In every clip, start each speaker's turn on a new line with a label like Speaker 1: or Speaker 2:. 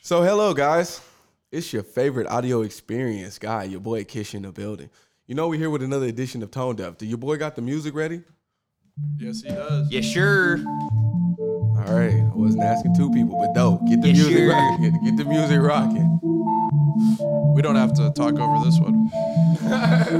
Speaker 1: So hello guys, it's your favorite audio experience guy, your boy Kish in the building. You know we're here with another edition of Tone Deaf. Did your boy got the music ready?
Speaker 2: Yes, he does.
Speaker 3: Yeah, sure.
Speaker 1: All right, I wasn't asking two people, but dope. Get the
Speaker 3: Yeah,
Speaker 1: music
Speaker 3: sure.
Speaker 1: rocking. Get, the music rocking.
Speaker 2: We don't have to talk over this one.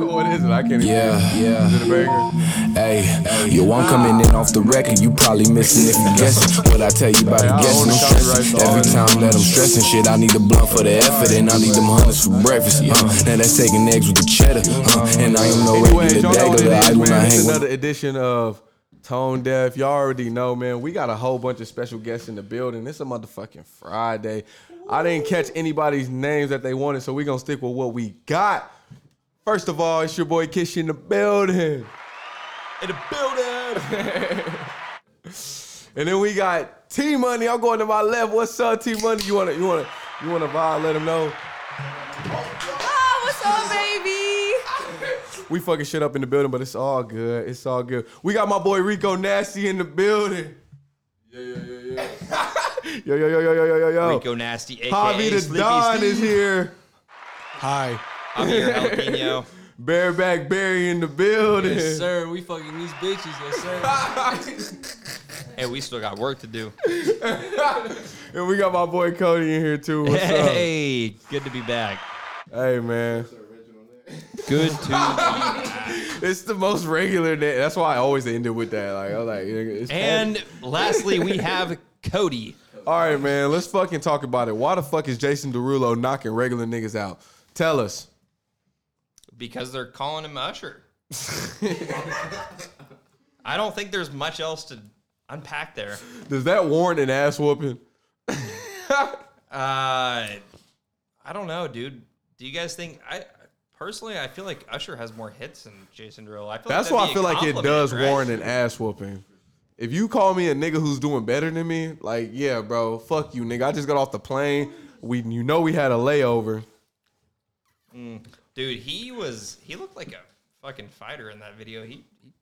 Speaker 1: what is it? I can't even.
Speaker 4: Yeah,
Speaker 1: Is
Speaker 4: yeah.
Speaker 1: it a banger?
Speaker 4: Hey, yo, I'm coming in off the record. You probably missing if you guess it. What I tell you about the
Speaker 2: I own
Speaker 4: guessing,
Speaker 2: the
Speaker 4: I'm stressing.
Speaker 2: copyright
Speaker 4: Every
Speaker 2: to
Speaker 4: time that I'm stressing shit, I need a blunt for the effort, and I need them hundreds for breakfast. Yeah. Now that's taking eggs with the cheddar, huh? And I am no
Speaker 1: Anyways,
Speaker 4: regular
Speaker 1: y'all know what it
Speaker 4: daggler. I
Speaker 1: is,
Speaker 4: do not
Speaker 1: man.
Speaker 4: hang
Speaker 1: It's
Speaker 4: with.
Speaker 1: another edition of Tone Deaf. Y'all already know, man. We got a whole bunch of special guests in the building. It's a motherfucking Friday. I didn't catch anybody's names that they wanted, so we're gonna stick with what we got. First of all, it's your boy Kish in the building.
Speaker 3: In the building.
Speaker 1: And then we got T Money. I'm going to my left. What's up, T Money? You wanna you wanna you wanna vibe? Let him know.
Speaker 5: Oh, what's up, baby?
Speaker 1: We fucking shit up in the building, but it's all good. It's all good. We got my boy Rico Nasty in the building. Yeah, yeah, yeah, yeah. yo, yo, yo, yo, yo, yo, yo.
Speaker 3: Rico Nasty, aka
Speaker 1: Oh. Javi the
Speaker 3: Slippy
Speaker 1: Don
Speaker 3: Steve.
Speaker 1: is here.
Speaker 2: Hi.
Speaker 3: I'm here, Jalapeno.
Speaker 1: Bareback Barry in the building.
Speaker 6: Yes, sir. We fucking these bitches. Yes, sir.
Speaker 3: and we still got work to do.
Speaker 1: And we got my boy Cody in here too. What's up?
Speaker 3: Hey, good to be back.
Speaker 1: Hey man.
Speaker 3: Good to
Speaker 1: It's the most regular day. That's why I always end it with that. Like I was like, it's
Speaker 3: and lastly we have Cody.
Speaker 1: all right, man. Let's fucking talk about it. Why the fuck is Jason Derulo knocking regular niggas out? Tell us.
Speaker 3: Because they're calling him Usher. I don't think there's much else to unpack there.
Speaker 1: Does that warrant an ass whooping?
Speaker 3: Uh I don't know, dude. Do you guys think I personally I feel like Usher has more hits than Jason Derulo. I feel
Speaker 1: That's
Speaker 3: like
Speaker 1: why I
Speaker 3: that'd be
Speaker 1: feel
Speaker 3: a
Speaker 1: like it
Speaker 3: compliment,
Speaker 1: does
Speaker 3: right?
Speaker 1: warrant an ass whooping. If you call me a nigga who's doing better than me, like, yeah, bro, fuck you, nigga. I just got off the plane. We, you know, we had a layover.
Speaker 3: Dude, he was he looked like a fucking fighter in that video. He he,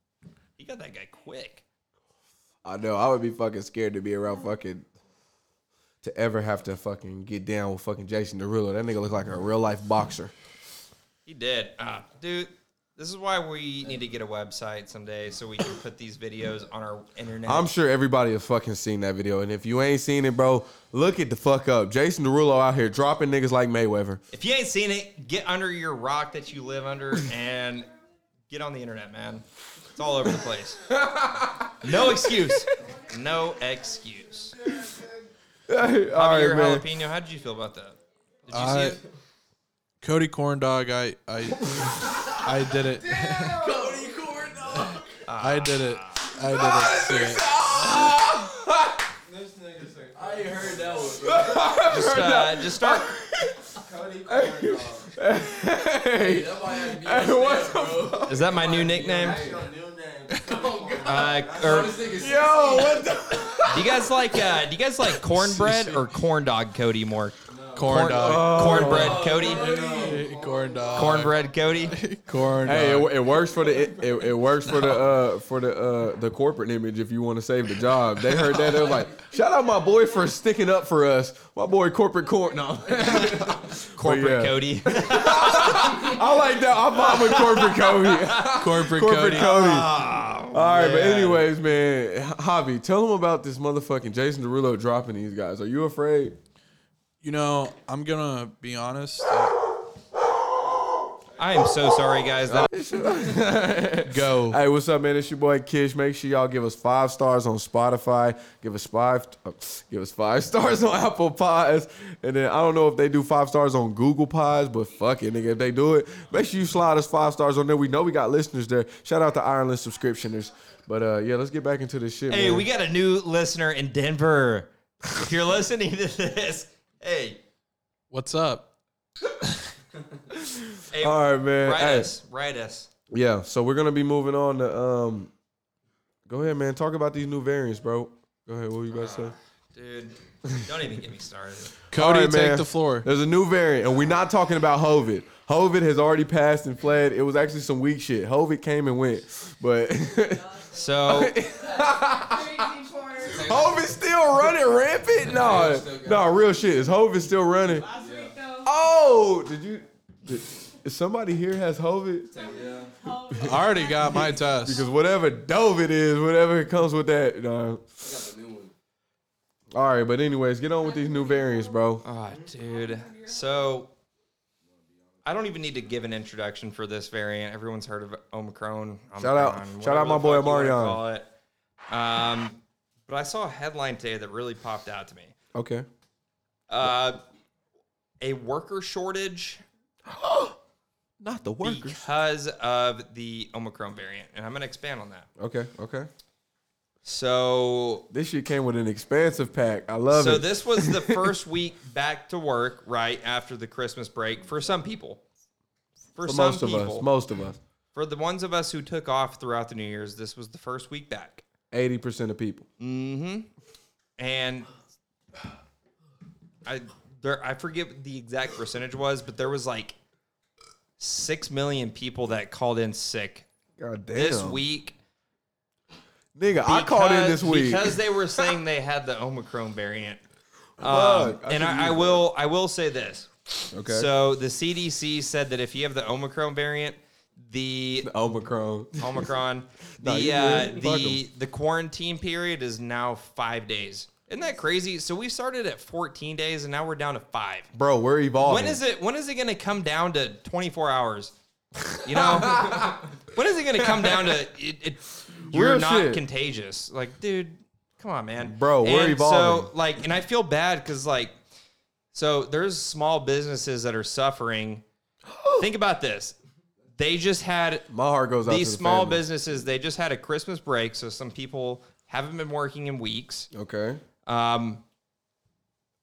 Speaker 3: he got that guy quick.
Speaker 1: I know. I would be fucking scared to be around fucking to ever have to fucking get down with fucking Jason Derulo. That nigga look like a real life boxer.
Speaker 3: He did. Ah, dude, this is why we need to get a website someday so we can put these videos on our internet.
Speaker 1: I'm sure everybody has fucking seen that video, and if you ain't seen it, bro, look it the fuck up. Jason Derulo out here dropping niggas like Mayweather.
Speaker 3: if you ain't seen it, get under your rock that you live under and get on the internet, man. It's all over the place. no excuse. No excuse.
Speaker 1: All
Speaker 3: Javier
Speaker 1: right, man.
Speaker 3: jalapeno, how did you feel about that? Did you
Speaker 2: I-
Speaker 3: see it?
Speaker 2: Cody Corndog, I I I did it. Cody Corndog. I did it. I did it. Yeah.
Speaker 3: Just, uh, just start.
Speaker 1: Hey, hey, what the
Speaker 3: Is that my new nickname? Uh, or
Speaker 1: Oh, yo? What the?
Speaker 3: Do you guys like uh, do you guys like cornbread or corn dog Cody more? uh,
Speaker 2: Corndog.
Speaker 3: cornbread Cody.
Speaker 2: Corndog.
Speaker 3: Cornbread Cody.
Speaker 2: Corndog.
Speaker 1: Hey, it, it works for the it, it, it works for the uh for the uh the corporate image if you want to save the job. They heard that they were like, shout out my boy for sticking up for us. My boy corporate corn. No,
Speaker 3: Corporate
Speaker 1: yeah.
Speaker 3: Cody.
Speaker 1: I like that. I vibe with corporate Cody.
Speaker 2: corporate,
Speaker 1: corporate Cody.
Speaker 2: Cody. Oh,
Speaker 1: All right, but anyways, man, H- Javi, tell them about this motherfucking Jason Derulo dropping these guys. Are you afraid?
Speaker 2: You know, I'm gonna be honest. Uh,
Speaker 3: I am so sorry, guys.
Speaker 1: Oh,
Speaker 3: That
Speaker 2: go.
Speaker 1: Hey, what's up, man? It's your boy Kish. Make sure y'all give us five stars on Spotify. Give us five, uh, give us five stars on Apple Pies, and then I don't know if they do five stars on Google Pies, but fuck it, nigga. If they do it, make sure you slide us five stars on there. We know we got listeners there. Shout out to Ireland subscriptioners. But uh, yeah, let's get back into this shit.
Speaker 3: hey,
Speaker 1: man.
Speaker 3: we got a new listener in Denver. If you're listening to this, hey,
Speaker 2: What's up?
Speaker 3: hey,
Speaker 1: all right, man.
Speaker 3: write
Speaker 1: Hey.
Speaker 3: us, write us.
Speaker 1: Yeah, so we're gonna be moving on to um go ahead, man. Talk about these new variants, bro. Go ahead, what were you about to say?
Speaker 3: Dude, don't even get me started.
Speaker 2: Cody,
Speaker 1: Alright,
Speaker 2: take
Speaker 1: man.
Speaker 2: the floor.
Speaker 1: There's a new variant, and we're not talking about Hovid. Hovid has already passed and fled. It was actually some weak shit. Hovid came and went. But
Speaker 3: So
Speaker 5: Crazy corner.
Speaker 1: Hove is still running rampant? No, no, real shit. Is Hove is still running? Oh, did you? Did, is somebody here has Hove?
Speaker 2: I already got my test.
Speaker 1: Because whatever dove it is, whatever it comes with that. No. All right, but anyways, get on with these new variants, bro.
Speaker 3: Ah, dude. So I don't even need to give an introduction for this variant. Everyone's heard of Omicron.
Speaker 1: Shout out-
Speaker 3: Omicron,
Speaker 1: shout out my boy
Speaker 3: whatever the fuck you wanna
Speaker 1: Omarion.
Speaker 3: call it. Um, but I saw a headline today that really popped out to me.
Speaker 1: Okay.
Speaker 3: Uh, a worker shortage
Speaker 1: Not the
Speaker 3: because of the Omicron variant, and I'm going to expand on that.
Speaker 1: Okay. Okay.
Speaker 3: So
Speaker 1: This shit came with an expansive pack. I love
Speaker 3: so
Speaker 1: it.
Speaker 3: this was the first week back to work right after the Christmas break for some people. For,
Speaker 1: for
Speaker 3: some
Speaker 1: most of
Speaker 3: people,
Speaker 1: us, most of us,
Speaker 3: for the ones of us who took off throughout the New Year's, this was the first week back.
Speaker 1: eighty percent of people.
Speaker 3: and I there I forget what the exact percentage was, but there was like six million people that called in sick
Speaker 1: God damn.
Speaker 3: this week.
Speaker 1: nigga, I called in
Speaker 3: because-
Speaker 1: this week.
Speaker 3: because they were saying they had the Omicron variant. Um,
Speaker 1: Fuck, I
Speaker 3: and
Speaker 1: should've
Speaker 3: I, I
Speaker 1: used
Speaker 3: will I will say this.
Speaker 1: that. Okay.
Speaker 3: So the CDC said that if you have the Omicron variant, the
Speaker 1: Omicron.
Speaker 3: Omicron,
Speaker 1: Nah,
Speaker 3: the
Speaker 1: you
Speaker 3: uh,
Speaker 1: good. Fuck
Speaker 3: the the quarantine period is now five days. Isn't that crazy? So we started at 14 days and now we're down to five.
Speaker 1: Bro, we're evolving.
Speaker 3: When is it? When is it going to come down to 24 hours? You know, when is it going to come down to it, it, you're
Speaker 1: Real
Speaker 3: not
Speaker 1: shit.
Speaker 3: contagious? Like, dude, come on, man,
Speaker 1: Bro, we're
Speaker 3: And So,
Speaker 1: evolving.
Speaker 3: like, and I feel bad because, like, so there's small businesses that are suffering. Think about this. They just had
Speaker 1: My heart goes out
Speaker 3: these
Speaker 1: to the
Speaker 3: small
Speaker 1: family.
Speaker 3: businesses they just had a christmas break so some people haven't been working in weeks
Speaker 1: Okay.
Speaker 3: um,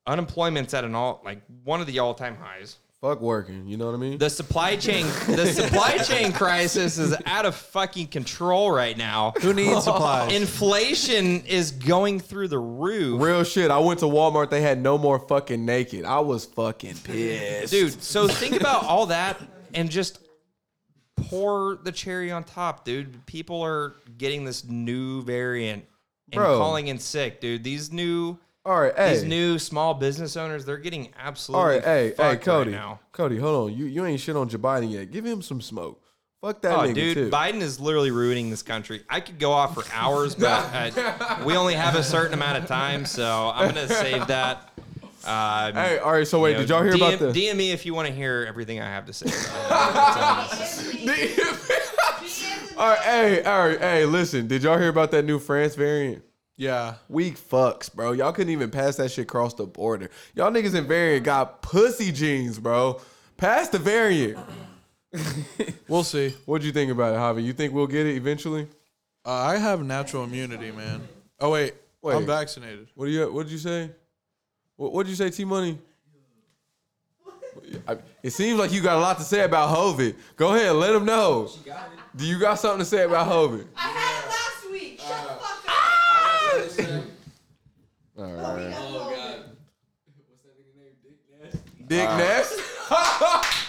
Speaker 3: unemployment's at an all like one of the all-time highs
Speaker 1: Fuck working. You know what I mean?
Speaker 3: the supply chain the supply chain crisis is out of fucking control right now
Speaker 2: Who needs supplies?
Speaker 3: inflation is going through the roof
Speaker 1: Real shit. I went to Walmart. They had no more fucking naked. I was fucking pissed.
Speaker 3: dude so think about all that and just pour the cherry on top dude people are getting this new variant and
Speaker 1: Bro.
Speaker 3: calling in sick dude these new
Speaker 1: All right. Hey.
Speaker 3: These new small business owners, they're getting absolutely
Speaker 1: All right. Hey.
Speaker 3: fucked
Speaker 1: Hey, Cody.
Speaker 3: right now.
Speaker 1: Cody, hold on. You you ain't shit on Joe Biden yet. Give him some smoke. Fuck that
Speaker 3: Oh,
Speaker 1: nigga
Speaker 3: dude,
Speaker 1: too.
Speaker 3: Biden is literally ruining this country. I could go off for hours, but uh, we only have a certain amount of time, so I'm gonna save that. Um,
Speaker 1: Hey. All right. So wait.
Speaker 3: you know,
Speaker 1: did y'all hear
Speaker 3: DM,
Speaker 1: about this?
Speaker 3: DM me if you want to hear everything I have to say.
Speaker 1: All right, hey, all right, hey, listen. Did y'all hear about that new France variant?
Speaker 2: yeah.
Speaker 1: Weak fucks, bro. Y'all couldn't even pass that shit across the border. Y'all niggas in variant got pussy jeans, bro. Pass the variant.
Speaker 2: We'll see.
Speaker 1: What'd you think about it, Javi? You think we'll get it eventually?
Speaker 2: Uh, I have natural immunity, man. Oh wait,
Speaker 1: Wait.
Speaker 2: I'm vaccinated.
Speaker 1: What do you? What'd you say? What, what'd you say, T Money? It seems like you got a lot to say about Hovid. Go ahead, let him know. Do you got something to say about Hovid?
Speaker 5: I had it last week. Shut the fuck up.
Speaker 6: Oh god. What's that nigga name? Dick Nash?
Speaker 1: Dick Ness?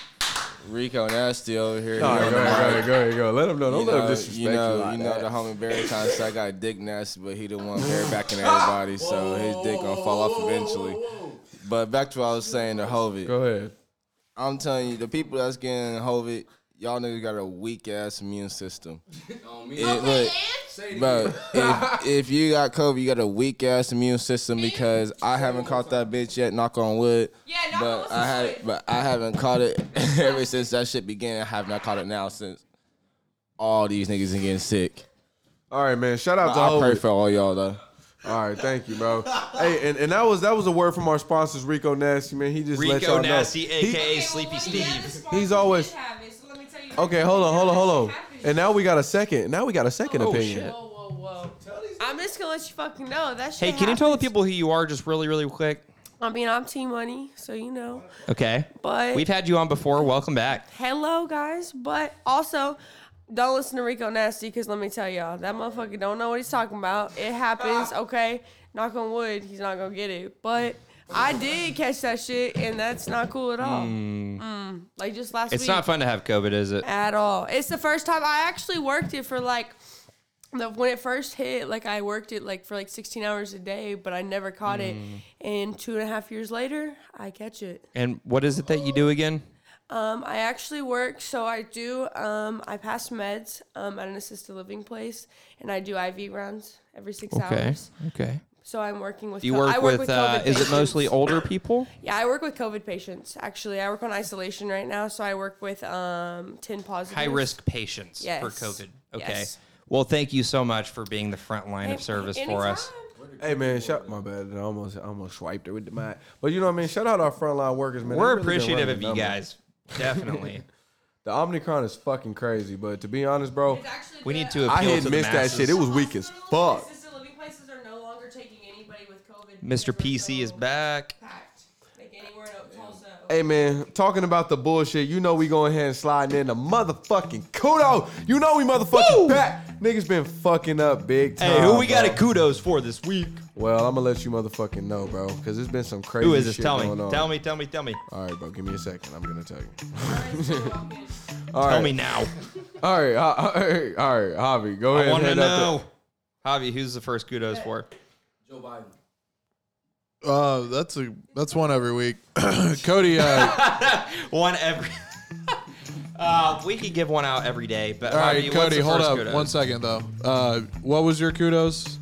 Speaker 7: Rico Nasty over here.
Speaker 1: All right,
Speaker 7: You know,
Speaker 1: go ahead, go ahead, go ahead, go. Let him know. Don't
Speaker 7: you
Speaker 1: let him
Speaker 7: know,
Speaker 1: disrespect you.
Speaker 7: you know,
Speaker 1: like
Speaker 7: you
Speaker 1: that.
Speaker 7: know the homie Baritone said I got Dick Nasty, but he the one barebacking everybody, so his dick gonna fall off eventually. But back to what I was saying, the Hovid.
Speaker 1: Go ahead.
Speaker 7: I'm telling you, the people that's getting Hovid, y'all niggas got a weak ass immune system. It, look, bro, if, if you got COVID, you got a weak ass immune system because I haven't caught that bitch yet. Knock on wood.
Speaker 5: Yeah, knock on
Speaker 7: but
Speaker 5: wood.
Speaker 7: I had, but I haven't caught it ever since that shit began. I have not caught it now since all these niggas are getting sick.
Speaker 1: All right, man. Shout out to
Speaker 7: I pray
Speaker 1: Hovid.
Speaker 7: for all y'all though.
Speaker 1: All right, thank you, bro. hey, and, and that was that was a word from our sponsors, Rico Nasty, man. He just let
Speaker 3: Rico
Speaker 1: y'all
Speaker 3: Nasty,
Speaker 1: know. He-
Speaker 3: aka Sleepy Steve.
Speaker 1: He's always- okay, hold on, hold on, hold on. And now we got a second. Now we got a second
Speaker 7: Oh,
Speaker 3: Oh,
Speaker 1: opinion.
Speaker 5: Whoa, whoa, whoa. I'm just gonna let you fucking know that shit.
Speaker 3: Hey, can you tell the
Speaker 5: happens.
Speaker 3: people who you are just really, really quick?
Speaker 5: I mean, I'm Team Money, so you know.
Speaker 3: Okay.
Speaker 5: But
Speaker 3: We've had you on before. Welcome back.
Speaker 5: hello, guys. But also, don't listen to Rico Nasty because let me tell y'all, that motherfucker don't know what he's talking about. It happens. Okay, knock on wood, he's not gonna get it. But I did catch that shit, and that's not cool at all. Mm. Like just last
Speaker 3: It's
Speaker 5: week.
Speaker 3: not fun to have COVID, is it?
Speaker 5: at all. It's the first time I actually worked it for like the, when it first hit, like I worked it like for like 16 hours a day, but I never caught it. And two and a half years later, I catch it.
Speaker 3: And what is it that you do again?
Speaker 5: Um, I actually work, so I do. Um, I pass meds um, at an assisted living place, and I do IV rounds every six hours.
Speaker 3: Okay.
Speaker 5: So I'm working with.
Speaker 3: Do you
Speaker 5: co-
Speaker 3: work
Speaker 5: I
Speaker 3: with, uh,
Speaker 5: COVID
Speaker 3: is it mostly
Speaker 5: patients.
Speaker 3: older people?
Speaker 5: Yeah, I work with COVID patients. Actually, I work on isolation right now, so I work with um, ten positive.
Speaker 3: High risk patients
Speaker 5: Yes.
Speaker 3: for COVID. Okay.
Speaker 5: Yes.
Speaker 3: Well, thank you so much for being the front line of service for us.
Speaker 1: Hey man, shout my bad. I almost I almost swiped it with the mic. But you know what I mean? Shout out our frontline workers, man. They really
Speaker 3: We're
Speaker 1: been
Speaker 3: appreciative
Speaker 1: running
Speaker 3: of you
Speaker 1: numbers.
Speaker 3: guys. Definitely.
Speaker 1: The Omnicron is fucking crazy, but to be honest, bro,
Speaker 3: We need to appeal
Speaker 1: I
Speaker 3: to
Speaker 1: had
Speaker 3: the
Speaker 1: missed that
Speaker 3: masses.
Speaker 1: shit. It was weak as fuck.
Speaker 5: Assisted living places are no longer taking anybody with COVID.
Speaker 3: Mr. PC is back.
Speaker 5: packed. Like anywhere in Tulsa.
Speaker 1: Hey man, talking about the bullshit, you know we going ahead and sliding in the motherfucking kudo. You know we motherfucking back. Niggas been fucking up big time.
Speaker 3: Hey, who we got
Speaker 1: bro.
Speaker 3: a kudos for this week?
Speaker 1: Well, I'm gonna let you motherfucking know, bro, because there's been some crazy.
Speaker 3: Who is this?
Speaker 1: Shit
Speaker 3: Tell
Speaker 1: going
Speaker 3: me.
Speaker 1: on.
Speaker 3: Tell me. Tell me. Tell me.
Speaker 1: All right, bro, give me a second. I'm gonna tell you. All right,
Speaker 3: Tell me now.
Speaker 1: All right, all right, all right, Javi, go
Speaker 3: I
Speaker 1: ahead.
Speaker 3: want
Speaker 1: and
Speaker 3: to
Speaker 1: head out
Speaker 3: know. Javi, who's the first kudos for?
Speaker 6: Joe Biden.
Speaker 2: Uh, that's a that's one every week. Cody, uh,
Speaker 3: One every. uh, we could give one out every day, but
Speaker 2: all right,
Speaker 3: Javi, what's
Speaker 2: Cody,
Speaker 3: the
Speaker 2: hold
Speaker 3: first
Speaker 2: up
Speaker 3: kudos?
Speaker 2: one second though. Uh, what was your kudos?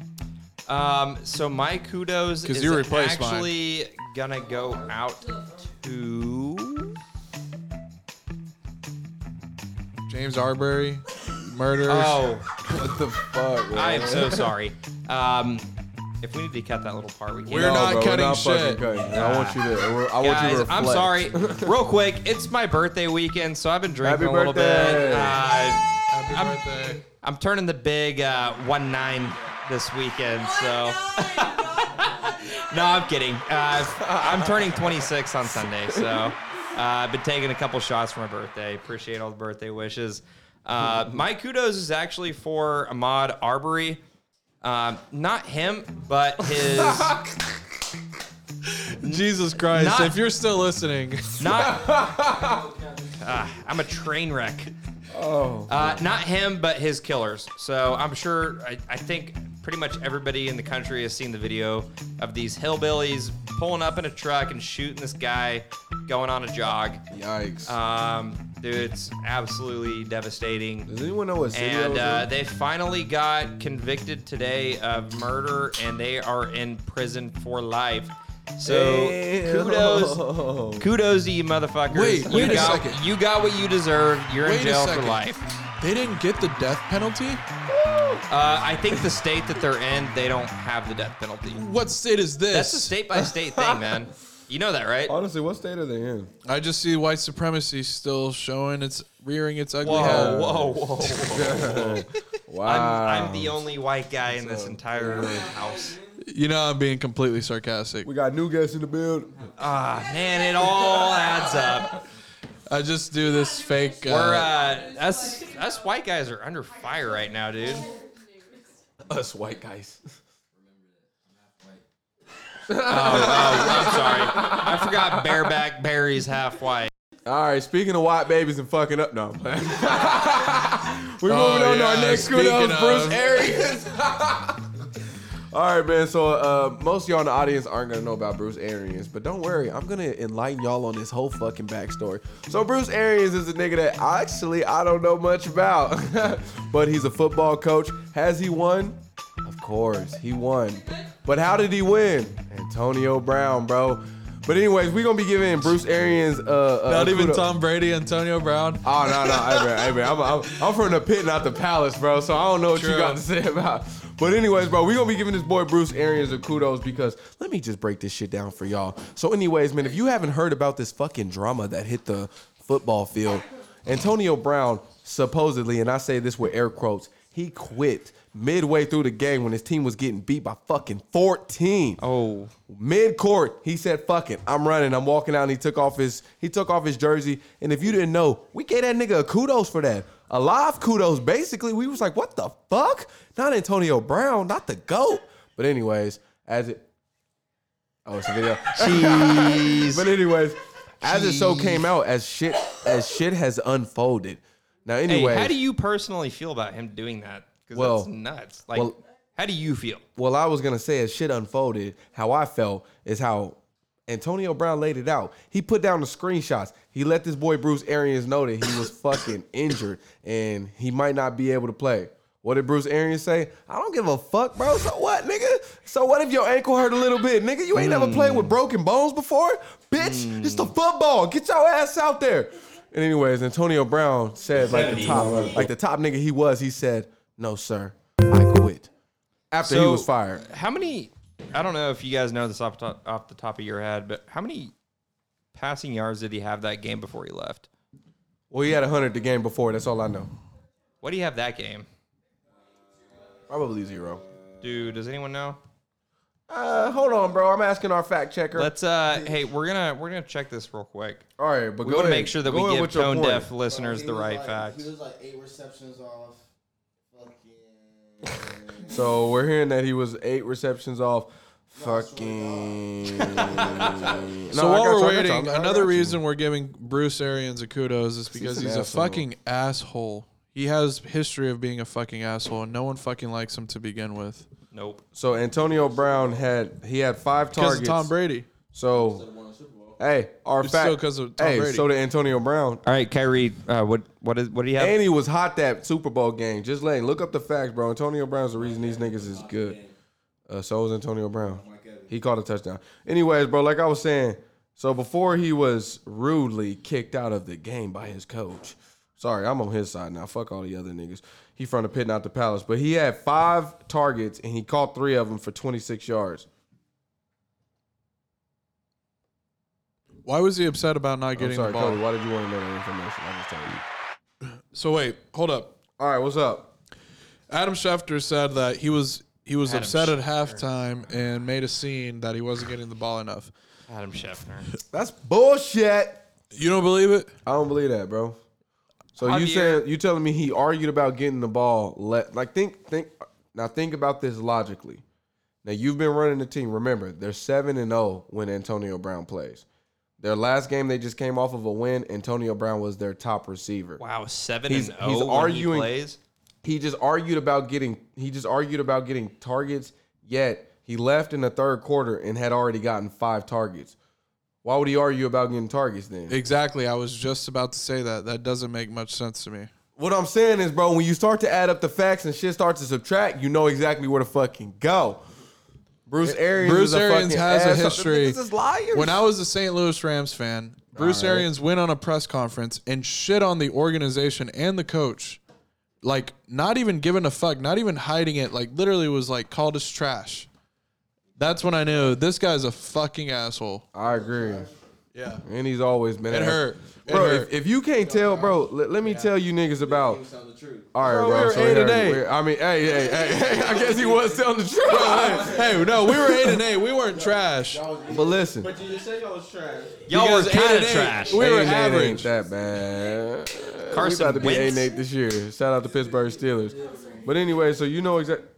Speaker 3: Um, so my kudos
Speaker 2: 'Cause
Speaker 3: is
Speaker 2: you replaced mine.
Speaker 3: actually gonna go out to.
Speaker 2: James Arbery, murder.
Speaker 3: Oh,
Speaker 1: the- What the fuck?
Speaker 3: I am
Speaker 1: man?
Speaker 3: so sorry. Um, if we need to cut that little part, we can.
Speaker 2: We're not
Speaker 1: bro,
Speaker 2: cutting
Speaker 1: fucking
Speaker 2: shit.
Speaker 1: cutting. I want you to. I want you to
Speaker 3: Guys,
Speaker 1: reflect.
Speaker 3: I'm sorry. Real quick, it's my birthday weekend, so I've been drinking
Speaker 1: Happy
Speaker 3: a little
Speaker 1: birthday.
Speaker 3: bit. Uh,
Speaker 2: Happy
Speaker 3: I'm-
Speaker 2: birthday.
Speaker 3: I'm turning the big uh, one nine this weekend, so.
Speaker 5: Oh
Speaker 3: No, I'm kidding. Uh, I'm turning 26 on Sunday, so uh, I've been taking a couple shots for my birthday. Appreciate all the birthday wishes. Uh, my kudos is actually for Ahmad Arbery. Um, not him, but his
Speaker 2: Jesus Christ!
Speaker 3: Not-
Speaker 2: if you're still listening,
Speaker 3: not. Ah, I'm a train wreck.
Speaker 1: Oh,
Speaker 3: Uh, not him, but his killers. So I'm sure. I, I think pretty much everybody in the country has seen the video of these hillbillies pulling up in a truck and shooting this guy going on a jog.
Speaker 1: yikes.
Speaker 3: Um, dude, it's absolutely devastating.
Speaker 1: Does anyone know what city that
Speaker 3: And
Speaker 1: was in?
Speaker 3: uh, they finally got convicted today of murder, and they are in prison for life. So
Speaker 1: Damn.
Speaker 3: kudos, kudos to you, motherfuckers.
Speaker 2: Wait,
Speaker 3: you
Speaker 2: wait a
Speaker 3: got,
Speaker 2: second.
Speaker 3: You got what you deserve. You're
Speaker 2: Wait
Speaker 3: in
Speaker 2: a
Speaker 3: jail for
Speaker 2: second.
Speaker 3: life.
Speaker 2: they didn't get the death penalty.
Speaker 3: Uh, I think the state that they're in, they don't have the death penalty.
Speaker 2: What state is this?
Speaker 3: That's a state by state thing, man. You know that,
Speaker 2: Oh,
Speaker 3: right?
Speaker 1: Honestly, what state are they in?
Speaker 2: I just see white supremacy still showing its rearing its ugly
Speaker 3: Whoa,
Speaker 2: head.
Speaker 3: whoa, whoa, whoa.
Speaker 1: Wow.
Speaker 3: I'm, I'm the only white guy in this entire house.
Speaker 2: You know I'm being completely sarcastic.
Speaker 1: we got new guests in the build.
Speaker 3: Ah, man, it all adds up.
Speaker 2: I just do this fake. Uh,
Speaker 3: We're, uh, us, us white guys are under fire right now, dude.
Speaker 1: Us white guys.
Speaker 3: Oh, I'm sorry. I forgot bareback Barry's half white.
Speaker 1: All right, speaking of white babies and fucking up. No, man. We're
Speaker 2: Oh,
Speaker 1: moving on to our
Speaker 2: yeah,
Speaker 1: next
Speaker 2: speaking
Speaker 1: kudos,
Speaker 2: of.
Speaker 1: Bruce Arians. All right, man. So uh, most of y'all in the audience aren't gonna know about Bruce Arians, but don't worry, I'm gonna enlighten y'all on his whole fucking backstory. So Bruce Arians is a nigga that actually I don't know much about, but he's a football coach. Has he won? Of course, he won. But how did he win? Antonio Brown, bro. But anyways, we gonna be giving Bruce Arians. Uh, uh,
Speaker 2: not even
Speaker 1: kudos-
Speaker 2: Tom Brady, Antonio Brown.
Speaker 1: Oh no no, hey man, hey man, I'm, I'm, I'm from the pit, not the palace, bro. So I don't know what you
Speaker 2: True.
Speaker 1: got to say about. But anyways, bro, we gonna be giving this boy Bruce Arians a kudos because let me just break this shit down for y'all. So anyways, man, if you haven't heard about this fucking drama that hit the football field, Antonio Brown supposedly, and I say this with air quotes, he quit midway through the game when his team was getting beat by fucking 14
Speaker 3: Oh.
Speaker 1: mid court, he said, "Fuck it, I'm running. I'm walking out." And he took off his he took off his jersey. And if you didn't know, we gave that nigga a kudos for that. A live kudos, basically. We was like, "What the fuck?" Not Antonio Brown, not the goat. But anyways, as it oh, it's a video. but anyways, as it so came out, as shit as shit has unfolded. Now,
Speaker 3: Hey,
Speaker 1: anyway,
Speaker 3: how do you personally feel about him doing that? Because
Speaker 1: Well-
Speaker 3: that's nuts. Like,
Speaker 1: well-
Speaker 3: how do you feel?
Speaker 1: well, I was gonna say as shit unfolded, how I felt is how Antonio Brown laid it out. He put down the screenshots. He let this boy Bruce Arians know that he was fucking injured and he might not be able to play. What did Bruce Arians say? I don't give a fuck, bro. So what, nigga? So what if your ankle hurt a little bit, nigga? You ain't never played with broken bones before, bitch. It's the football. Get your ass out there. And anyways, Antonio Brown said like the top, like the top nigga he was. He said, "No, sir, I quit." After he was fired.
Speaker 3: How many? I don't know if you guys know this off, top, off the top of your head, but how many passing yards did he have that game before he left?
Speaker 1: Well, he had 100 the game before. That's all I know.
Speaker 3: What do you have that game?
Speaker 1: Probably zero.
Speaker 3: Dude, does anyone know?
Speaker 1: Uh, hold on, bro. I'm asking our fact checker.
Speaker 3: Let's uh hey, we're gonna we're gonna check this real quick.
Speaker 1: all right, but
Speaker 3: We
Speaker 1: go
Speaker 3: want to
Speaker 1: ahead.
Speaker 3: make sure that
Speaker 1: Go
Speaker 3: we
Speaker 1: ahead
Speaker 3: give
Speaker 1: with your
Speaker 3: tone
Speaker 1: point.
Speaker 3: deaf listeners the right
Speaker 7: He
Speaker 3: facts.
Speaker 7: was like eight receptions off. Fucking.
Speaker 1: So we're hearing that he was eight receptions off. Fucking.
Speaker 2: So while we're waiting, another reason we're giving Bruce Arians a kudos is because
Speaker 1: an
Speaker 2: he's, a
Speaker 1: asshole.
Speaker 2: fucking asshole. He has history of being a fucking asshole, and no one fucking likes him to begin with.
Speaker 3: Nope.
Speaker 1: So Antonio Brown had he had five
Speaker 2: Because of
Speaker 1: targets.
Speaker 2: Tom Brady.
Speaker 1: So, hey, our
Speaker 2: It's
Speaker 1: fact.
Speaker 2: still 'cause of Tom
Speaker 1: hey,
Speaker 2: Brady.
Speaker 1: so did Antonio Brown.
Speaker 3: All right, Kyrie, uh, what what is what do you have?
Speaker 1: And he was hot that Super Bowl game. Just letting look up the facts, bro. Antonio Brown's the reason these niggas is good. Uh, so was Antonio Brown. He caught a touchdown. Anyways, bro, like I was saying, so before he was rudely kicked out of the game by his coach. Sorry, I'm on his side now. Fuck all the other niggas. He from the pit, not the palace. But he had five targets and he caught three of them for 26 yards.
Speaker 2: Why was he upset about not
Speaker 1: I'm
Speaker 2: getting
Speaker 1: sorry,
Speaker 2: the ball?
Speaker 1: Cody. Why did you want to know that information? I just told you.
Speaker 2: So wait, hold up.
Speaker 1: All right, what's up?
Speaker 2: Adam Schefter said that he was he was
Speaker 3: Adam
Speaker 2: upset at halftime and made a scene that he wasn't getting the ball enough.
Speaker 3: Adam Scheffner.
Speaker 1: That's bullshit.
Speaker 2: You don't believe it?
Speaker 1: I don't believe that, bro. So you
Speaker 3: Javier-
Speaker 1: said you telling me he argued about getting the ball. Let like think think now think about this logically. Now you've been running the team. Remember, they're seven and zero when Antonio Brown plays. Their last game, they just came off of a win. Antonio Brown was their top receiver.
Speaker 3: Wow, seven
Speaker 1: He's-
Speaker 3: and
Speaker 1: he's
Speaker 3: zero. He's
Speaker 1: arguing-
Speaker 3: arguing. He plays?
Speaker 1: He just argued about getting. He just argued about getting targets. Yet he left in the third quarter and had already gotten five targets. Why would he argue about getting targets then?
Speaker 2: Exactly. I was just about to say that. That doesn't make much sense to me.
Speaker 1: What I'm saying is, bro, when you start to add up the facts and shit starts to subtract, you know exactly where to fucking go. Bruce Arians.
Speaker 2: Bruce
Speaker 1: is a
Speaker 2: Arians
Speaker 1: fucking
Speaker 2: has a
Speaker 1: asshole.
Speaker 2: history.
Speaker 1: This is liars.
Speaker 2: When I was a St. Louis Rams fan, Bruce
Speaker 1: All right.
Speaker 2: Arians went on a press conference and shit on the organization and the coach. Like, not even giving a fuck, not even hiding it. Like, literally was like called as trash. That's when I knew this guy's a fucking asshole.
Speaker 1: I agree,
Speaker 2: Yeah.
Speaker 1: and he's always been.
Speaker 2: It
Speaker 1: an-
Speaker 2: hurt. It
Speaker 1: bro.
Speaker 2: hurt.
Speaker 1: If, if you can't tell, bro, let, let me tell you niggas about. All right,
Speaker 2: Bro,
Speaker 1: bro.
Speaker 2: we were
Speaker 1: so
Speaker 2: eight
Speaker 1: here-
Speaker 2: and eight.
Speaker 1: we're- I mean, hey, hey, hey, hey. I guess he was telling the truth.
Speaker 2: Hey, no, we were eight and eight. We weren't trash.
Speaker 1: but listen,
Speaker 6: You just said y'all was trash.
Speaker 3: Y'all were
Speaker 2: Because eight
Speaker 3: kind
Speaker 2: and
Speaker 3: of
Speaker 2: eight,
Speaker 3: trash.
Speaker 2: We were
Speaker 1: eight and eight ain't
Speaker 2: average.
Speaker 1: that bad.
Speaker 3: Carson
Speaker 1: we about to be eight
Speaker 3: Wentz.
Speaker 1: and eight this year. Shout out to Pittsburgh Steelers. But anyway, so you know exactly.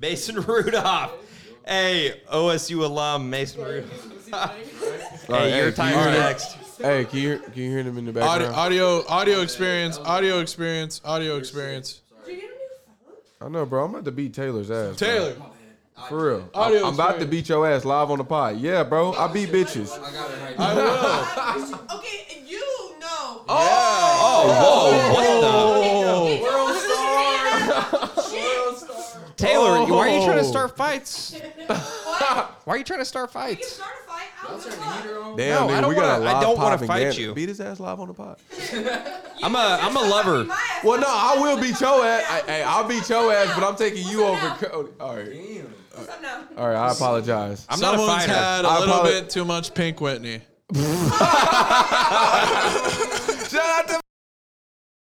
Speaker 3: Mason Rudolph. Hey, OSU alum Mason Rudolph. hey, your time's next.
Speaker 1: Hey, can you, can you hear them in the background?
Speaker 2: Audio, audio, audio experience, audio experience, audio experience.
Speaker 5: Did you get a new
Speaker 1: I
Speaker 5: phone?
Speaker 1: know, bro. I'm about to beat Taylor's ass. bro.
Speaker 2: Taylor,
Speaker 1: For real. I-
Speaker 2: Audio
Speaker 1: I'm about to
Speaker 2: experience.
Speaker 1: beat your ass live on the pod. Yeah, bro. I beat bitches.
Speaker 2: I will.
Speaker 5: Okay, you know.
Speaker 3: Oh, what
Speaker 5: World star. Shit.
Speaker 3: the? Taylor, why are you trying to start fights? Why are you trying to start
Speaker 5: You
Speaker 3: fights?
Speaker 5: start a fight. I'll do fuck.
Speaker 1: Damn,
Speaker 3: No,
Speaker 1: nigga,
Speaker 3: I don't
Speaker 1: we got a
Speaker 3: wanna- I
Speaker 1: live
Speaker 3: don't wanna
Speaker 1: popping
Speaker 3: fight
Speaker 1: game.
Speaker 3: you.
Speaker 1: Beat his ass live on the pod.
Speaker 3: I'm a I'm a lover.
Speaker 1: Well, no, I will beat your ass. I- Hey, I'll beat your ass, but I'm taking you over Cody. All right.
Speaker 5: What's up now?
Speaker 1: All right, I apologize.
Speaker 3: I'm not a
Speaker 2: Someone's
Speaker 3: fighter.
Speaker 2: had a
Speaker 1: I
Speaker 2: little
Speaker 1: apolo-
Speaker 2: bit too much Pink Whitney.
Speaker 1: Shout out to.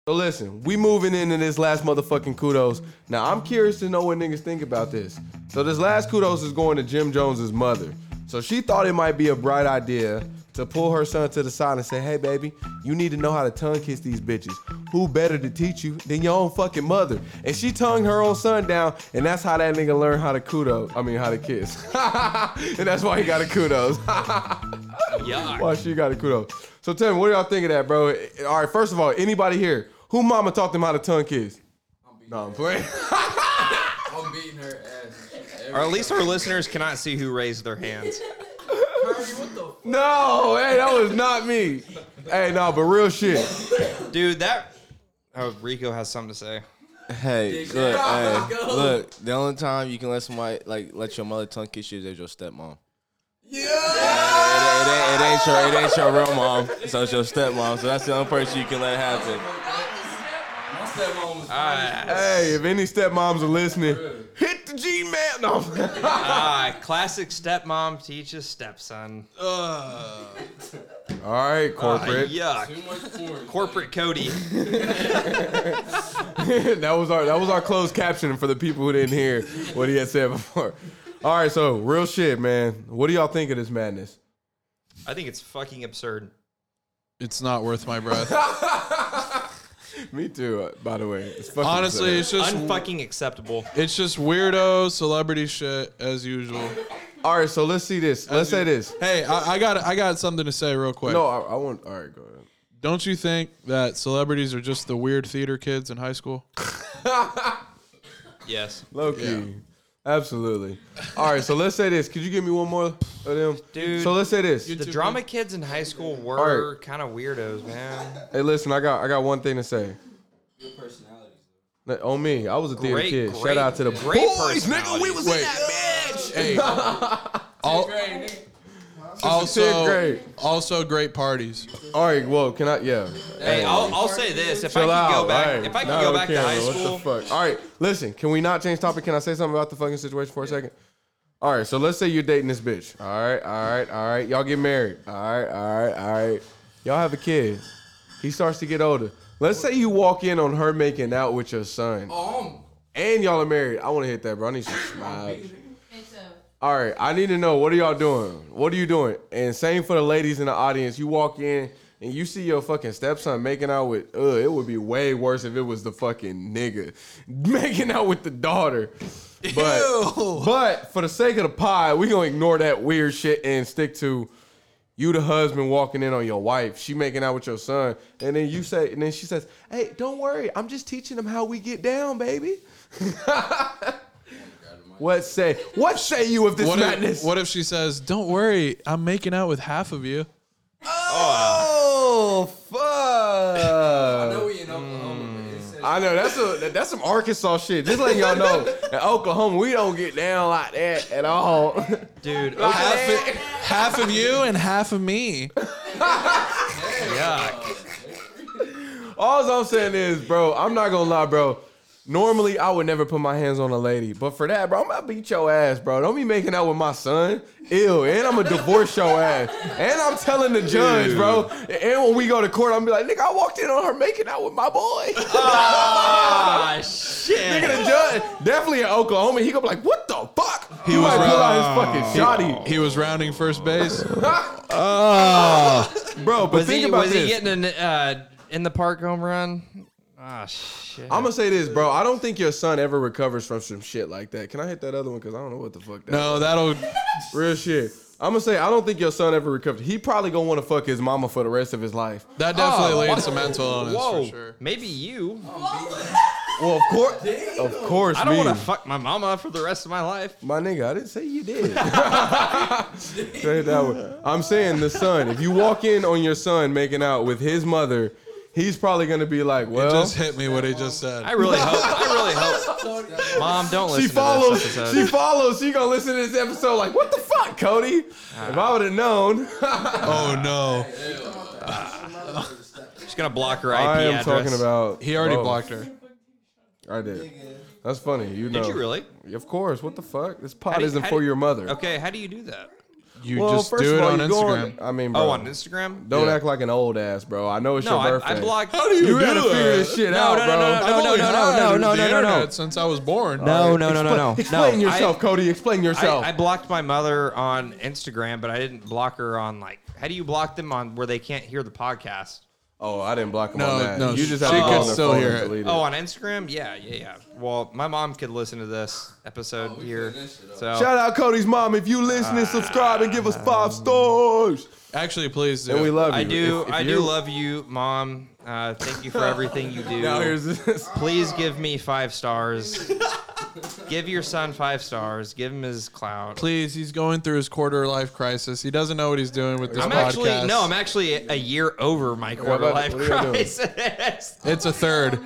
Speaker 1: So listen, we moving into this last motherfucking kudos. Now I'm curious to know what niggas think about this. So this last kudos is going to Jim Jones's mother. So she thought it might be a bright idea to pull her son to the side and say, "Hey baby, you need to know how to tongue kiss these bitches. Who better to teach you than your own fucking mother?" And she tongued her own son down, and that's how that nigga learned how to kudos. I mean, how to kiss. and that's why he got a kudos.
Speaker 3: Yuck.
Speaker 1: Why she got a kudos. So tell me, what do y'all think of that, bro? All right, first of all, anybody here who mama taught them how to tongue kiss? No, I'm playing.
Speaker 3: Or at least our listeners cannot see who raised their hands.
Speaker 1: No, hey, that was not me. Hey, no, but real shit.
Speaker 3: Dude, that. Oh, Rico has something to say.
Speaker 7: Hey, look, hey, look. The only time you can let somebody like let your mother tongue kiss you is if your stepmom. Yeah. It, it, ain't- it ain't your, it ain't your real mom. So it's your stepmom. So that's the only person you can let happen.
Speaker 1: Hey, if any stepmoms are listening, hit the Gmail. No,
Speaker 3: Ah, classic stepmom teaches stepson.
Speaker 2: Uh.
Speaker 1: all right,
Speaker 3: Ah,
Speaker 1: corporate.
Speaker 3: yuck. Corporate Cody.
Speaker 1: that was our that was our closed caption for the people who didn't hear what he had said before. All right, so real shit, man. What do y'all think of this madness?
Speaker 3: I think it's fucking absurd.
Speaker 2: It's not worth my breath.
Speaker 1: Me too. uh, By the way, it's fucking
Speaker 2: Honestly,
Speaker 1: absurd.
Speaker 2: it's just
Speaker 3: Unfucking acceptable.
Speaker 2: it's just weirdo celebrity shit as usual.
Speaker 1: all right. So let's see this. Let's say this.
Speaker 2: Hey, I, I got I got something to say real quick.
Speaker 1: No, I, I want. All right, go ahead.
Speaker 2: Don't you think that celebrities are just the weird theater kids in high school?
Speaker 3: Yes.
Speaker 1: Low key. Absolutely. All right, so let's say this. Could you give me one more of them?
Speaker 3: Dude.
Speaker 1: So let's say this.
Speaker 3: The drama kids in high school were kind of weirdos, man.
Speaker 1: Hey, listen, I got I got one thing to say.
Speaker 6: personalities.
Speaker 1: Like, On me, I was a theater
Speaker 3: Great,
Speaker 1: kid.
Speaker 3: great-
Speaker 1: Shout out to the
Speaker 3: great
Speaker 1: boys, nigga. We
Speaker 3: personalities.
Speaker 1: was in
Speaker 2: Wait.
Speaker 1: that bitch.
Speaker 2: Hey. Al-
Speaker 1: tenth
Speaker 2: also,
Speaker 1: grade.
Speaker 2: also great parties.
Speaker 1: All right, well, can I? Yeah.
Speaker 3: Hey, I'll, I'll say this: if
Speaker 1: Chill
Speaker 3: I could
Speaker 1: out.
Speaker 3: go back,
Speaker 1: all right.
Speaker 3: if I could
Speaker 1: No,
Speaker 3: go back to
Speaker 1: Cameron,
Speaker 3: high school,
Speaker 1: what the fuck? All right, listen. Can we not change topic? Can I say something about the fucking situation for a second? All right, so let's say you're dating this bitch. All right, all right, all right. Y'all get married. All right, all right, all right. Y'all have a kid. He starts to get older. Let's say you walk in on her making out with your son, and y'all are married. I want to hit that, bro. I need some smiles. All right, I need to know what are y'all doing? What are you doing? And same for the ladies in the audience. You walk in and you see your fucking stepson making out with. Uh, it would be way worse if it was the fucking nigga making out with the daughter. But but for the sake of the pie, we gonna ignore that weird shit and stick to you, the husband, walking in on your wife. She making out with your son, and then you say, and then she says, "Hey, don't worry, I'm just teaching them how we get down, baby." What say? What say you of this
Speaker 2: What
Speaker 1: madness?
Speaker 2: if, what if she says, "Don't worry, I'm making out with half of you"?
Speaker 1: Oh
Speaker 6: I know
Speaker 1: fuck!
Speaker 6: we in Oklahoma, but it says
Speaker 1: I know that's a that- that's some Arkansas shit. Just letting y'all know, in Oklahoma we don't get down like that at all.
Speaker 3: dude,
Speaker 2: Half, it- half of you and half of me.
Speaker 1: all I'm saying is, bro, I'm not gonna lie, bro. Normally I would never put my hands on a lady, but for that, bro, I'm gonna beat your ass, bro. Don't be making out with my son. Ew, and I'm gonna divorce your ass, and I'm telling the judge, bro. And when we go to court, I'm gonna be like, nigga, I walked in on her making out with my boy.
Speaker 3: ah shit.
Speaker 1: Nigga, the judge, definitely in Oklahoma, he gonna be like, what the fuck? He,
Speaker 2: was
Speaker 1: might pull out
Speaker 2: right.
Speaker 1: his fucking shotty.
Speaker 2: He was rounding first base.
Speaker 1: Bro, but
Speaker 3: Was
Speaker 1: think
Speaker 3: he
Speaker 1: about
Speaker 3: was
Speaker 1: this.
Speaker 3: he getting an uh, in the park home run? Ah shit.
Speaker 1: I'm gonna say this, bro. I don't think your son ever recovers from some shit like that. Can I hit that other one? Cause I don't know what the fuck that
Speaker 2: No, that'll.
Speaker 1: real shit. I'm gonna say I don't think your son ever recovered. He probably gonna want to fuck his mama for the rest of his life.
Speaker 2: That definitely leads to mental illness
Speaker 3: Oh, Whoa,
Speaker 2: for sure.
Speaker 3: maybe you.
Speaker 1: Well, of course, of course,
Speaker 3: I don't
Speaker 1: me.
Speaker 3: want to fuck my mama for the rest of my life.
Speaker 1: My nigga, I didn't say you did. say it that way. I'm saying the son. If you walk in on your son making out with his mother, he's probably gonna be like,
Speaker 2: It
Speaker 1: well,
Speaker 2: just hit me what he just said.
Speaker 3: I really hope. I really hope. Mom, don't
Speaker 1: she
Speaker 3: listen
Speaker 1: follows.
Speaker 3: to this episode.
Speaker 1: She follows. She gonna listen to this episode like, what the fuck, Cody? if I would have known,
Speaker 2: oh no,
Speaker 3: She's gonna block her IP
Speaker 1: I am
Speaker 3: address.
Speaker 1: talking about.
Speaker 2: he already
Speaker 1: both.
Speaker 2: blocked her.
Speaker 1: I did. That's funny. You know.
Speaker 3: Did you really?
Speaker 1: Of course. What the fuck? This
Speaker 3: How
Speaker 1: pot
Speaker 3: do you-
Speaker 1: isn't
Speaker 3: how
Speaker 1: for
Speaker 3: do-
Speaker 1: your mother.
Speaker 3: Okay, how do you do that?
Speaker 2: You
Speaker 1: Well,
Speaker 2: just
Speaker 1: first
Speaker 2: do
Speaker 1: of
Speaker 2: it
Speaker 1: all,
Speaker 2: on
Speaker 1: you go
Speaker 2: Instagram.
Speaker 1: I mean, bro.
Speaker 3: Oh, on Instagram.
Speaker 1: Don't
Speaker 2: Yeah.
Speaker 1: act like an old ass, bro. I know it's
Speaker 3: No,
Speaker 1: your birthday.
Speaker 3: I, I blocked.
Speaker 2: How do you,
Speaker 1: You
Speaker 2: do
Speaker 1: gotta
Speaker 2: that?
Speaker 1: figure this shit
Speaker 3: No,
Speaker 1: out,
Speaker 3: no,
Speaker 1: bro.
Speaker 3: no, no, no.
Speaker 2: I've only
Speaker 3: no, no,
Speaker 2: had
Speaker 3: no,
Speaker 2: it
Speaker 3: no,
Speaker 2: with
Speaker 3: no,
Speaker 2: the
Speaker 3: no, no.
Speaker 2: internet Since I was born.
Speaker 3: Oh, No, no, no, no,
Speaker 1: Expla-
Speaker 3: no.
Speaker 1: Explain
Speaker 3: no,
Speaker 1: yourself,
Speaker 3: I,
Speaker 1: Cody. Explain yourself.
Speaker 3: I, I blocked my mother on Instagram, but I didn't block her on like. How do you block them on where they can't hear the podcast?
Speaker 1: oh, I didn't block him
Speaker 2: No,
Speaker 1: on that.
Speaker 2: no,
Speaker 1: you just
Speaker 2: she
Speaker 1: have to
Speaker 2: could
Speaker 1: go on their
Speaker 2: still
Speaker 1: phone
Speaker 2: hear
Speaker 1: and
Speaker 2: it.
Speaker 1: delete
Speaker 3: Oh, on Instagram? Yeah, yeah, yeah. Well, my mom could listen to this episode here. So
Speaker 1: Shout out Cody's mom. If you listening, subscribe and give us five stars.
Speaker 2: Actually, please do.
Speaker 1: And we love you.
Speaker 3: I do.
Speaker 1: If- if
Speaker 3: I do
Speaker 1: you-
Speaker 3: love you, mom. Uh, thank you for everything you do.
Speaker 1: Now here's this.
Speaker 3: Please give me five stars. Give your son five stars. Give him his clout.
Speaker 2: Please, he's going through his quarter life crisis. He doesn't know what he's doing with this
Speaker 3: I'm
Speaker 2: podcast.
Speaker 3: actually no, I'm actually a year over my quarter
Speaker 1: about-
Speaker 3: life
Speaker 1: what are you doing?
Speaker 3: crisis.
Speaker 2: It's a third.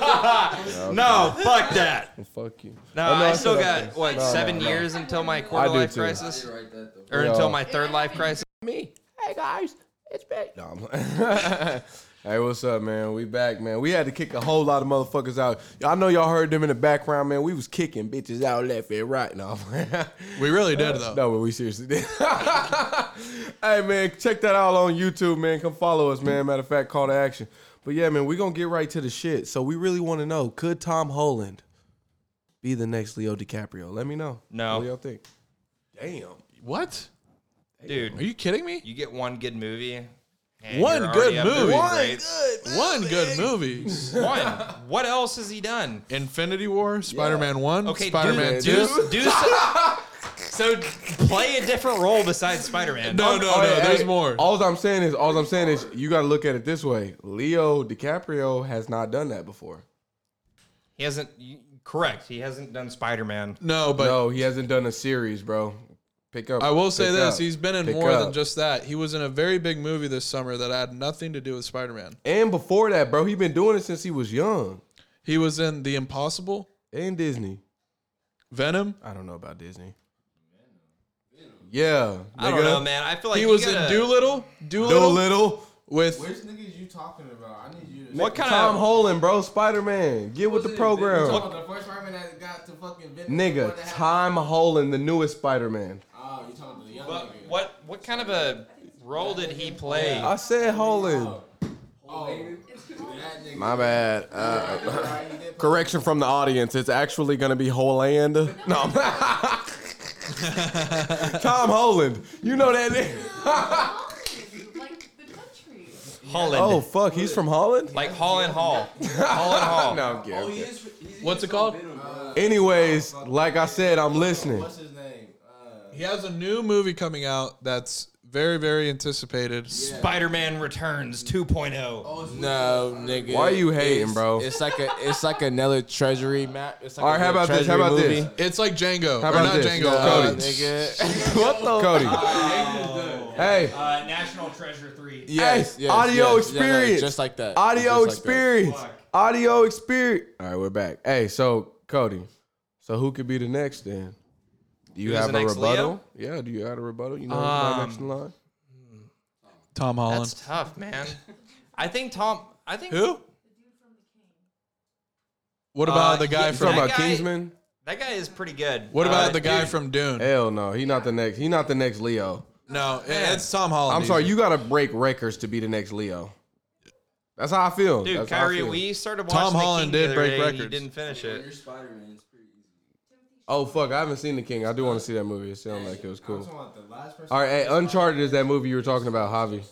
Speaker 3: no, fuck that.
Speaker 1: Fuck you.
Speaker 3: No,
Speaker 1: Oh, no,
Speaker 3: I
Speaker 1: I
Speaker 3: still
Speaker 1: said
Speaker 3: got
Speaker 1: okay.
Speaker 3: what seven years until my quarter
Speaker 1: I do
Speaker 3: life
Speaker 1: too.
Speaker 3: crisis,
Speaker 6: Write that though.
Speaker 3: or
Speaker 1: Yeah.
Speaker 3: until my third life crisis.
Speaker 1: me. Hey guys, it's Ben. No, I'm hey, what's up, man? We back, man. We had to kick a whole lot of motherfuckers out. I know y'all heard them in the background, man. We was kicking bitches out left and right. No,
Speaker 2: We really did though.
Speaker 1: no, but we seriously did. hey, man, check that out on YouTube, man. Come follow us, man. Matter of fact, call to action. But yeah, man, we gonna get right to the shit. So we really want to know: Could Tom Holland be the next Leo DiCaprio? Let me know.
Speaker 3: No.
Speaker 1: What do y'all think? Damn.
Speaker 2: What? Are
Speaker 3: Dude,
Speaker 2: you kidding me?
Speaker 3: you get one good movie. and
Speaker 2: One
Speaker 3: you're
Speaker 2: good
Speaker 3: already up there
Speaker 2: movie.
Speaker 3: with
Speaker 2: One
Speaker 3: grades.
Speaker 2: One good movie.
Speaker 3: One. What else has he done?
Speaker 2: Infinity War, Spider-Man 1,
Speaker 3: Okay,
Speaker 2: Spider-Man
Speaker 3: do, do,
Speaker 2: 2.
Speaker 3: do so, so play a different role besides Spider-Man.
Speaker 2: No, Oh, no, no,
Speaker 1: Hey,
Speaker 2: there's
Speaker 1: hey,
Speaker 2: more.
Speaker 1: All I'm saying is, all I'm saying is, you got to look at it this way. Leo DiCaprio has not done that before.
Speaker 3: He hasn't. you- Correct. He hasn't done Spider-Man.
Speaker 2: No, but
Speaker 1: no, he hasn't done a series, bro. Pick up.
Speaker 2: I will say
Speaker 1: pick
Speaker 2: this:
Speaker 1: up,
Speaker 2: he's been in
Speaker 1: pick
Speaker 2: more than
Speaker 1: up.
Speaker 2: just that. He was in a very big movie this summer that had nothing to do with Spider-Man.
Speaker 1: And before that, bro, he been doing it since he was young.
Speaker 2: He was in The Impossible,
Speaker 1: And Disney.
Speaker 2: Venom.
Speaker 1: I don't know about Disney. Yeah,
Speaker 3: I don't
Speaker 1: nigga.
Speaker 3: know, man. I feel like
Speaker 2: He
Speaker 3: you
Speaker 2: was in
Speaker 3: gotta-
Speaker 2: Doolittle, Doolittle,
Speaker 1: Doolittle.
Speaker 2: with
Speaker 6: Which niggas you talking about? I need you to.
Speaker 3: What kind
Speaker 1: Tom
Speaker 3: of
Speaker 1: Holland, bro. Spider Man. Get with the program.
Speaker 6: The first Spider-Man that got to fucking Venom
Speaker 1: Nigga,
Speaker 6: before that happened?
Speaker 1: Tom Holland, the newest Spider Man.
Speaker 6: Oh, you talking to the young
Speaker 3: what,
Speaker 6: nigga?
Speaker 3: what what kind of a role did he play?
Speaker 2: Uh,
Speaker 1: I said Holland.
Speaker 6: Oh, that nigga.
Speaker 1: My bad. Uh, correction from the audience. It's actually going to be Holland. No. Tom Holland. You know that name.
Speaker 8: like the country.
Speaker 3: Holland.
Speaker 1: Oh, fuck. He's from Holland?
Speaker 3: Like Holland Hall. Holland Hall.
Speaker 1: No, I'm
Speaker 7: Oh,
Speaker 1: kidding.
Speaker 2: what's it called?
Speaker 1: Anyways, like I said, I'm listening.
Speaker 6: What's his name? Uh,
Speaker 2: He has a new movie coming out that's very, very anticipated.
Speaker 3: Spider-Man Returns 2.0.
Speaker 6: oh, it's
Speaker 7: No, nigga.
Speaker 1: Why you hating,
Speaker 7: It's-
Speaker 1: bro?
Speaker 7: It's like a it's like another treasury map. It's like
Speaker 1: All right, how
Speaker 7: another
Speaker 1: about this? How
Speaker 7: treasury
Speaker 1: about
Speaker 7: movie.
Speaker 1: this?
Speaker 2: It's like Django,
Speaker 1: How
Speaker 2: or
Speaker 1: about
Speaker 2: not
Speaker 1: this?
Speaker 2: Django,
Speaker 1: No,
Speaker 7: Uh,
Speaker 2: Cody.
Speaker 1: Cody.
Speaker 7: nigga.
Speaker 1: What the? Cody. Hey,
Speaker 3: Uh, National Treasure 3.
Speaker 7: Yes, yes,
Speaker 1: audio
Speaker 7: yes. Yeah, no,
Speaker 1: experience.
Speaker 7: just like that.
Speaker 1: Audio
Speaker 7: Just like that.
Speaker 1: experience. Audio experience. All right, we're back. Hey, so Cody, so who could be the next then? Do you
Speaker 3: Who's
Speaker 1: have
Speaker 3: the
Speaker 1: a
Speaker 3: next Um,
Speaker 1: rebuttal? Yeah, do you have a rebuttal? You know who's my next in line?
Speaker 2: Tom Holland.
Speaker 3: That's tough, man. I think Tom. I think
Speaker 2: Who? What about
Speaker 3: Uh,
Speaker 2: the guy
Speaker 1: Talking
Speaker 3: he-
Speaker 2: from?
Speaker 1: about
Speaker 3: guy-
Speaker 1: Kingsman?
Speaker 3: that guy is pretty good.
Speaker 2: What
Speaker 3: Uh,
Speaker 2: about the guy
Speaker 3: dude,
Speaker 2: from Dune?
Speaker 1: Hell no, he not the next. He not the next Leo.
Speaker 2: no, eh, it- it's Tom Holland.
Speaker 1: I'm sorry,
Speaker 2: He's-
Speaker 1: you gotta break records to be the next Leo. That's how I feel.
Speaker 3: Dude,
Speaker 1: That's how I
Speaker 3: Kyrie,
Speaker 1: feel.
Speaker 3: we started watching
Speaker 2: Tom
Speaker 3: The
Speaker 2: Holland
Speaker 3: King the
Speaker 2: did
Speaker 3: other
Speaker 2: break
Speaker 3: day and He
Speaker 2: records.
Speaker 3: didn't finish
Speaker 6: when you're
Speaker 3: it.
Speaker 6: Spider-Man. It's pretty easy.
Speaker 1: Oh fuck, I haven't seen The King. I do want to see that movie. It sounds like it was
Speaker 6: I'm
Speaker 1: cool.
Speaker 6: talking about the last person.
Speaker 1: All right, hey, Uncharted is that movie you were talking about, Javi.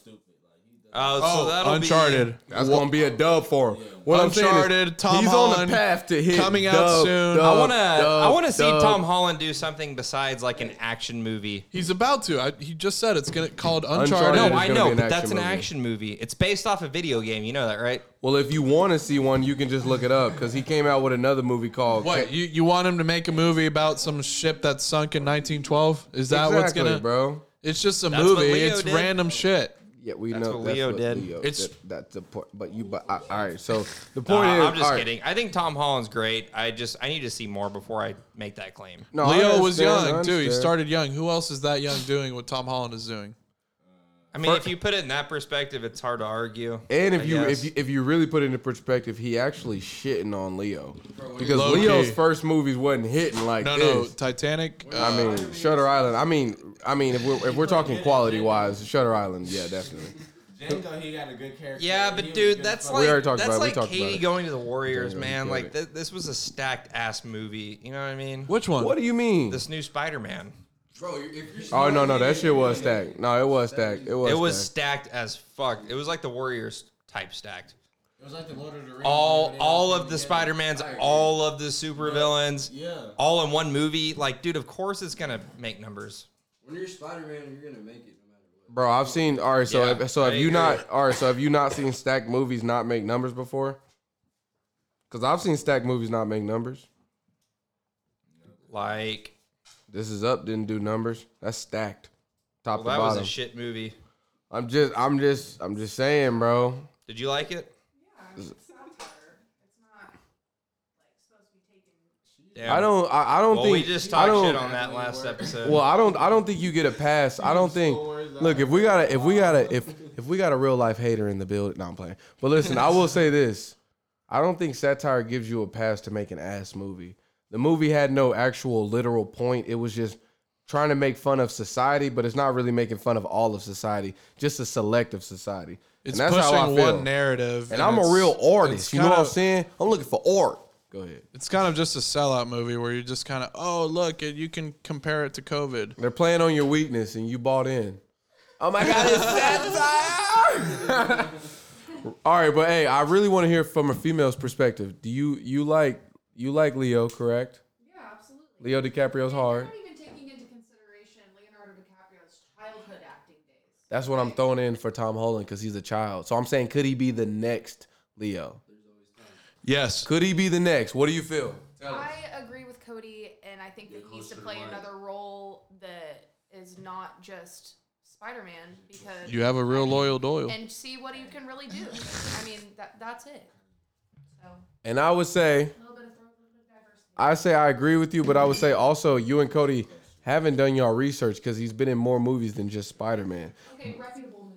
Speaker 3: Oh, so that'll
Speaker 2: Oh,
Speaker 3: be-
Speaker 2: Uncharted.
Speaker 1: That's gonna be a dub for him. What I'm saying is,
Speaker 2: Uncharted, Tom
Speaker 1: he's on
Speaker 2: Holland,
Speaker 1: the path to hit
Speaker 2: coming out
Speaker 1: dub,
Speaker 2: soon.
Speaker 1: dub,
Speaker 3: I wanna,
Speaker 1: dub,
Speaker 3: I wanna see
Speaker 1: dub.
Speaker 3: Tom Holland do something besides like an action movie.
Speaker 2: He's about to. I, he just said it's gonna called
Speaker 1: Uncharted.
Speaker 2: Uncharted.
Speaker 3: No,
Speaker 1: It is gonna
Speaker 3: I
Speaker 1: be
Speaker 3: know,
Speaker 1: an
Speaker 3: but that's
Speaker 1: action
Speaker 3: an
Speaker 1: movie.
Speaker 3: action movie. It's based off a video game. You know that, right?
Speaker 1: Well, if you want to see one, you can just look it up because he came out with another movie called
Speaker 2: What
Speaker 1: Ca-
Speaker 2: you, you want him to make a movie about some ship that sunk in 1912? Is that what's
Speaker 1: Exactly,
Speaker 2: gonna?
Speaker 1: bro?
Speaker 2: It's just a
Speaker 3: That's what
Speaker 2: movie.
Speaker 3: Leo
Speaker 2: It's
Speaker 3: did.
Speaker 2: random shit.
Speaker 1: Yeah, we
Speaker 3: That's
Speaker 1: know
Speaker 3: what
Speaker 1: that's
Speaker 3: Leo
Speaker 1: what
Speaker 3: did.
Speaker 1: Leo
Speaker 2: It's-
Speaker 1: did. that's the point. But you, but I, all right. So the
Speaker 3: Uh,
Speaker 1: point is,
Speaker 3: I'm just
Speaker 1: all right.
Speaker 3: kidding. I think Tom Holland's great. I just I need to see more before I make that claim.
Speaker 1: No, I
Speaker 2: Leo was
Speaker 1: understand, I
Speaker 2: young too. He
Speaker 1: understand.
Speaker 2: started young. Who else is that young doing what Tom Holland is doing?
Speaker 3: I mean, if you put it in that perspective, it's hard to argue.
Speaker 1: And
Speaker 3: I
Speaker 1: if you,
Speaker 3: guess.
Speaker 1: if you if you really put it into perspective, he actually shitting on Leo because
Speaker 2: Low
Speaker 1: Leo's
Speaker 2: key.
Speaker 1: first movies wasn't hitting like
Speaker 2: No, no,
Speaker 1: this.
Speaker 2: Titanic. uh,
Speaker 1: I mean, Shutter Island. I mean, I mean, if we're if we're talking quality wise, Shutter Island, yeah, definitely.
Speaker 6: Django, he got a good character.
Speaker 3: yeah,
Speaker 6: He
Speaker 3: but
Speaker 6: was
Speaker 3: dude,
Speaker 6: good
Speaker 3: that's
Speaker 6: fuck-
Speaker 1: We
Speaker 3: like
Speaker 1: already talked about
Speaker 3: that's
Speaker 1: it. We
Speaker 3: like
Speaker 1: talked about
Speaker 3: Katie
Speaker 1: it.
Speaker 3: going to the Warriors,
Speaker 1: Yeah,
Speaker 3: man.
Speaker 1: we
Speaker 3: Like
Speaker 1: got
Speaker 3: th- this was a stacked ass movie. You know what I mean?
Speaker 2: Which one?
Speaker 1: What do you mean?
Speaker 3: This new Spider-Man.
Speaker 6: bro. If you're
Speaker 1: Oh
Speaker 6: smart,
Speaker 1: no, no,
Speaker 6: you
Speaker 1: that
Speaker 6: didn't
Speaker 1: shit was
Speaker 6: do that.
Speaker 1: stacked. No, it was stacked. It was.
Speaker 3: It was
Speaker 1: Stacked.
Speaker 3: stacked as fuck. It was like the Warriors type stacked.
Speaker 6: It was like the Lord of the Rings.
Speaker 3: All
Speaker 6: where they
Speaker 3: all
Speaker 6: came
Speaker 3: of the
Speaker 6: together.
Speaker 3: Spider-Mans,
Speaker 6: Fire.
Speaker 3: all of the supervillains,
Speaker 6: Yeah.
Speaker 3: all in one movie. Like, dude, of course it's gonna make numbers.
Speaker 6: When you're Spider-Man, you're gonna make it no matter what.
Speaker 1: Bro, I've seen. All right, so
Speaker 3: Yeah,
Speaker 1: if, so
Speaker 3: I
Speaker 1: have you
Speaker 3: agree.
Speaker 1: not? All right, so have you not seen stacked movies not make numbers before? Because I've seen stacked movies not make numbers.
Speaker 3: Like,
Speaker 1: This is up. Didn't do numbers. That's stacked, top
Speaker 3: well,
Speaker 1: to
Speaker 3: that was
Speaker 1: bottom.
Speaker 3: a shit movie.
Speaker 1: I'm just, I'm just, I'm just saying, bro.
Speaker 3: Did you like it? Damn.
Speaker 1: I don't, I, I don't
Speaker 3: Well,
Speaker 1: think
Speaker 3: we just
Speaker 1: I
Speaker 3: talked
Speaker 1: don't,
Speaker 3: shit on that last episode.
Speaker 1: Well, I don't, I don't think you get a pass. I don't think. Look, if we got a, if we got a, if if we got a real life hater in the building, no, I'm playing. But listen, I will say this: I don't think satire gives you a pass to make an ass movie. The movie had no actual literal point. It was just trying to make fun of society, but it's not really making fun of all of society, just a select of society.
Speaker 2: It's
Speaker 1: and that's
Speaker 2: pushing
Speaker 1: how I feel.
Speaker 2: one narrative,
Speaker 1: and I'm a
Speaker 2: it's-
Speaker 1: real
Speaker 2: it's
Speaker 1: artist. You know what I'm
Speaker 2: kinda-
Speaker 1: saying? I'm looking for art. Go ahead.
Speaker 2: It's kind of just a sellout movie where you just kind of, oh look, it- you can compare it to COVID.
Speaker 1: They're playing on your weakness, and you bought in. Oh my God, it's satire! All right, but hey, I really want to hear from a female's perspective. Do you you like you like Leo? Correct?
Speaker 8: Yeah, absolutely.
Speaker 1: Leo DiCaprio's
Speaker 8: We're
Speaker 1: hard.
Speaker 8: not even taking into consideration Leonardo DiCaprio's childhood acting days.
Speaker 1: That's what I'm throwing in for Tom Holland because he's a child. So I'm saying, could he be the next Leo?
Speaker 2: Yes,
Speaker 1: Could he be the next? What do you feel?
Speaker 8: I agree with Cody, and I think that he needs to play another role that is not just Spider-Man because
Speaker 2: you have a real loyal Doyle.
Speaker 8: and see what you can really do. I mean, that that's it. So
Speaker 1: And I would say,
Speaker 8: a little bit of throw, a little bit of diversity.
Speaker 1: I say I agree with you, but I would say also you and Cody haven't done y'all research because he's been in more movies than just Spider Man.
Speaker 8: Okay, reputable movies. Movies.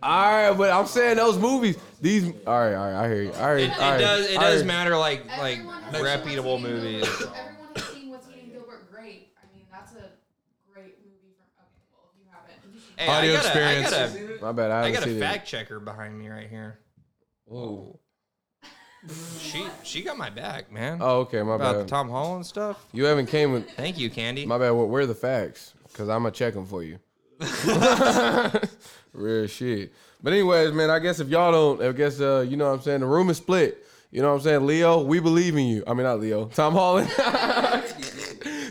Speaker 8: that-
Speaker 1: All right, but I'm saying those movies. These. All right, all right. I hear you. All right,
Speaker 3: It, it
Speaker 1: all right,
Speaker 3: does. It
Speaker 1: all
Speaker 3: does
Speaker 1: right.
Speaker 3: matter. Like like
Speaker 8: Everyone has seen what's
Speaker 3: reputable
Speaker 8: eating
Speaker 3: movies.
Speaker 8: Gilbert- Everyone has seen what's eating Gilbert Grape. I mean, that's a great movie from. Okay, well, if you haven't, you should.
Speaker 3: Hey, I
Speaker 2: Audio
Speaker 3: got a-
Speaker 2: experience.
Speaker 3: I got a,
Speaker 1: My bad. I
Speaker 3: I
Speaker 1: haven't
Speaker 3: got a
Speaker 1: seen
Speaker 3: fact checker behind me right here. Whoa. she she got my back, man.
Speaker 1: it. Oh, okay. My
Speaker 3: About the
Speaker 1: bad.
Speaker 3: Tom Holland stuff.
Speaker 1: You haven't came with.
Speaker 3: Thank you, Candy.
Speaker 1: My bad. Where, where are the facts? Cause I'ma check them for you. Real shit. But anyways, man. I guess if y'all don't, I guess uh, you know what I'm saying. The room is split. You know what I'm saying, Leo. We believe in you. I mean, not Leo. Tom Holland.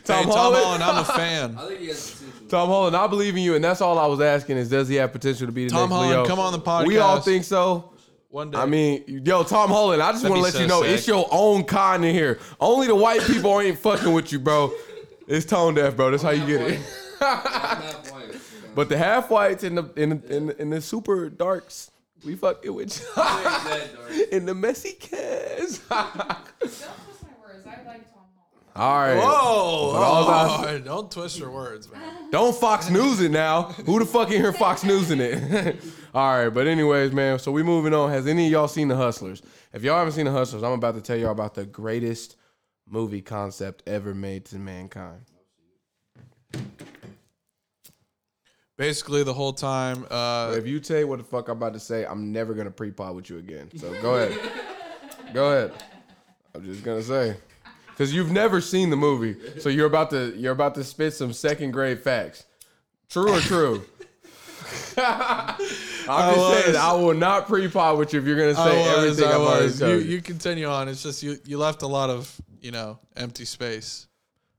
Speaker 2: Hey,
Speaker 1: Tom
Speaker 2: Tom
Speaker 1: Holland.
Speaker 2: Holland, I'm a fan.
Speaker 6: I think he has potential.
Speaker 1: Tom Holland, I believe in you, and that's all I was asking is does he have potential to be the
Speaker 2: Tom
Speaker 1: next
Speaker 2: Holland,
Speaker 1: Leo?
Speaker 2: come on the podcast.
Speaker 1: We all think so.
Speaker 2: One day.
Speaker 1: I mean, yo, Tom Holland, I just
Speaker 3: That'd
Speaker 1: want
Speaker 3: be
Speaker 1: to let
Speaker 3: so
Speaker 1: you know
Speaker 3: sick.
Speaker 1: it's your own con in here. Only the white people ain't fucking with you, bro. It's tone deaf, bro. That's how you get it.
Speaker 6: I'm not white.
Speaker 1: But the half whites and the in the, in the, in the super darks, we fucking with you.
Speaker 6: Exactly.
Speaker 1: in the messy cans. all
Speaker 8: Don't twist my words. I like Tom Holland.
Speaker 1: right.
Speaker 2: Oh, Lord, don't twist your words, man.
Speaker 1: Don't Fox News it now. Who the fuck in here Fox News in it? All right, but anyways, man. So we moving on. Has any of y'all seen The Hustlers? If y'all haven't seen The Hustlers, I'm about to tell y'all about the greatest movie concept ever made to mankind.
Speaker 2: Basically, the whole time, uh,
Speaker 1: If you tell you what the fuck I'm about to say, I'm never gonna pre-pod with you again. So go ahead, go ahead. I'm just gonna say, because you've never seen the movie, so you're about to you're about to spit some second grade facts. True or true? I'm just
Speaker 2: was.
Speaker 1: saying, I will not pre-pod with you if you're gonna say everything I've already told
Speaker 2: You,
Speaker 1: you.
Speaker 2: you continue on. It's just you, you left a lot of, you know, empty space.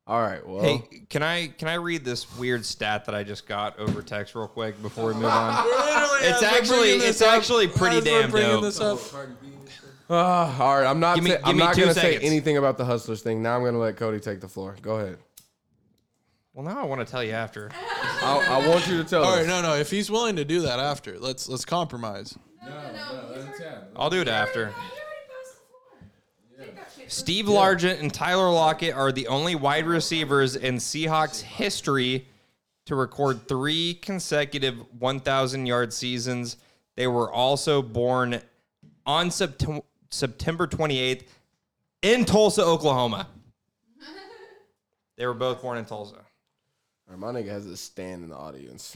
Speaker 1: All right, well,
Speaker 3: Hey, can I can I read this weird stat that I just got over text real quick before we move on? It's actually it's actually pretty damn dope.
Speaker 1: ah, all right. I'm not.
Speaker 3: Give me-
Speaker 1: ta-
Speaker 3: give
Speaker 1: I'm
Speaker 3: me
Speaker 1: not
Speaker 3: two
Speaker 1: gonna
Speaker 3: seconds.
Speaker 1: say anything about the hustlers thing. Now I'm gonna let Cody take the floor. Go ahead.
Speaker 3: Well, now I want to tell you after.
Speaker 1: I, I want you to tell.
Speaker 2: All right,
Speaker 1: us.
Speaker 2: no, no. If he's willing to do that after, let's let's compromise.
Speaker 8: No, no, no. He's already,
Speaker 3: I'll do it after.
Speaker 8: he already passed the floor. Take that shit.
Speaker 3: Steve Largent and Tyler Lockett are the only wide receivers in Seahawks history to record three consecutive 1,000 yard seasons. They were also born on Sept- September 28th in Tulsa, Oklahoma. They were both born in Tulsa.
Speaker 1: All right, my nigga has a stand in the audience.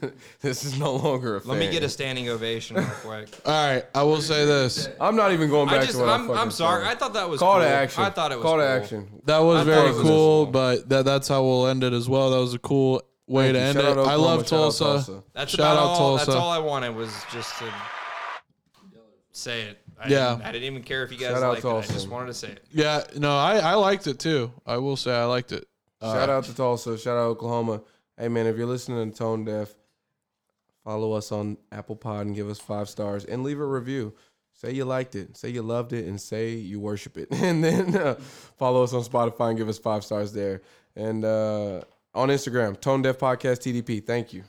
Speaker 1: this is no longer a
Speaker 3: Let me get a
Speaker 1: a.
Speaker 3: standing ovation real quick.
Speaker 2: All right, I will say this.
Speaker 1: I'm not even going back
Speaker 3: I just,
Speaker 1: to what
Speaker 3: I'm,
Speaker 1: I
Speaker 3: I'm
Speaker 1: fucking
Speaker 3: sorry.
Speaker 1: said.
Speaker 3: I thought that was
Speaker 1: Call
Speaker 3: cool.
Speaker 1: to action.
Speaker 3: I thought it was
Speaker 1: Call to
Speaker 3: cool.
Speaker 1: action.
Speaker 2: That was
Speaker 1: I
Speaker 2: very
Speaker 1: thought it was
Speaker 2: cool,
Speaker 1: cool.
Speaker 2: but that that's how we'll end it as well. That was a cool way
Speaker 1: Thank
Speaker 2: to
Speaker 1: you.
Speaker 2: end
Speaker 1: Shout
Speaker 2: it.
Speaker 1: out
Speaker 2: I
Speaker 1: Oklahoma.
Speaker 2: love
Speaker 1: Shout out
Speaker 2: Tulsa.
Speaker 1: Tulsa.
Speaker 3: That's
Speaker 2: Shout
Speaker 3: about
Speaker 2: out
Speaker 3: all.
Speaker 2: Tulsa.
Speaker 3: That's all I wanted was just to say it. I
Speaker 2: Yeah.
Speaker 3: didn't, I didn't even care if you guys
Speaker 1: Shout out
Speaker 3: liked it. I
Speaker 1: Tulsa.
Speaker 3: just wanted to say it.
Speaker 2: Yeah, no, I I liked it too. I will say I liked it.
Speaker 1: Shout out to Tulsa. Shout out Oklahoma. Hey man, if you're listening to Tone Deaf, follow us on Apple Pod and give us five stars and leave a review. Say you liked it, say you loved it, and say you worship it. And then uh, follow us on Spotify and give us five stars there. And uh, on Instagram, Tone Deaf Podcast TDP. Thank you.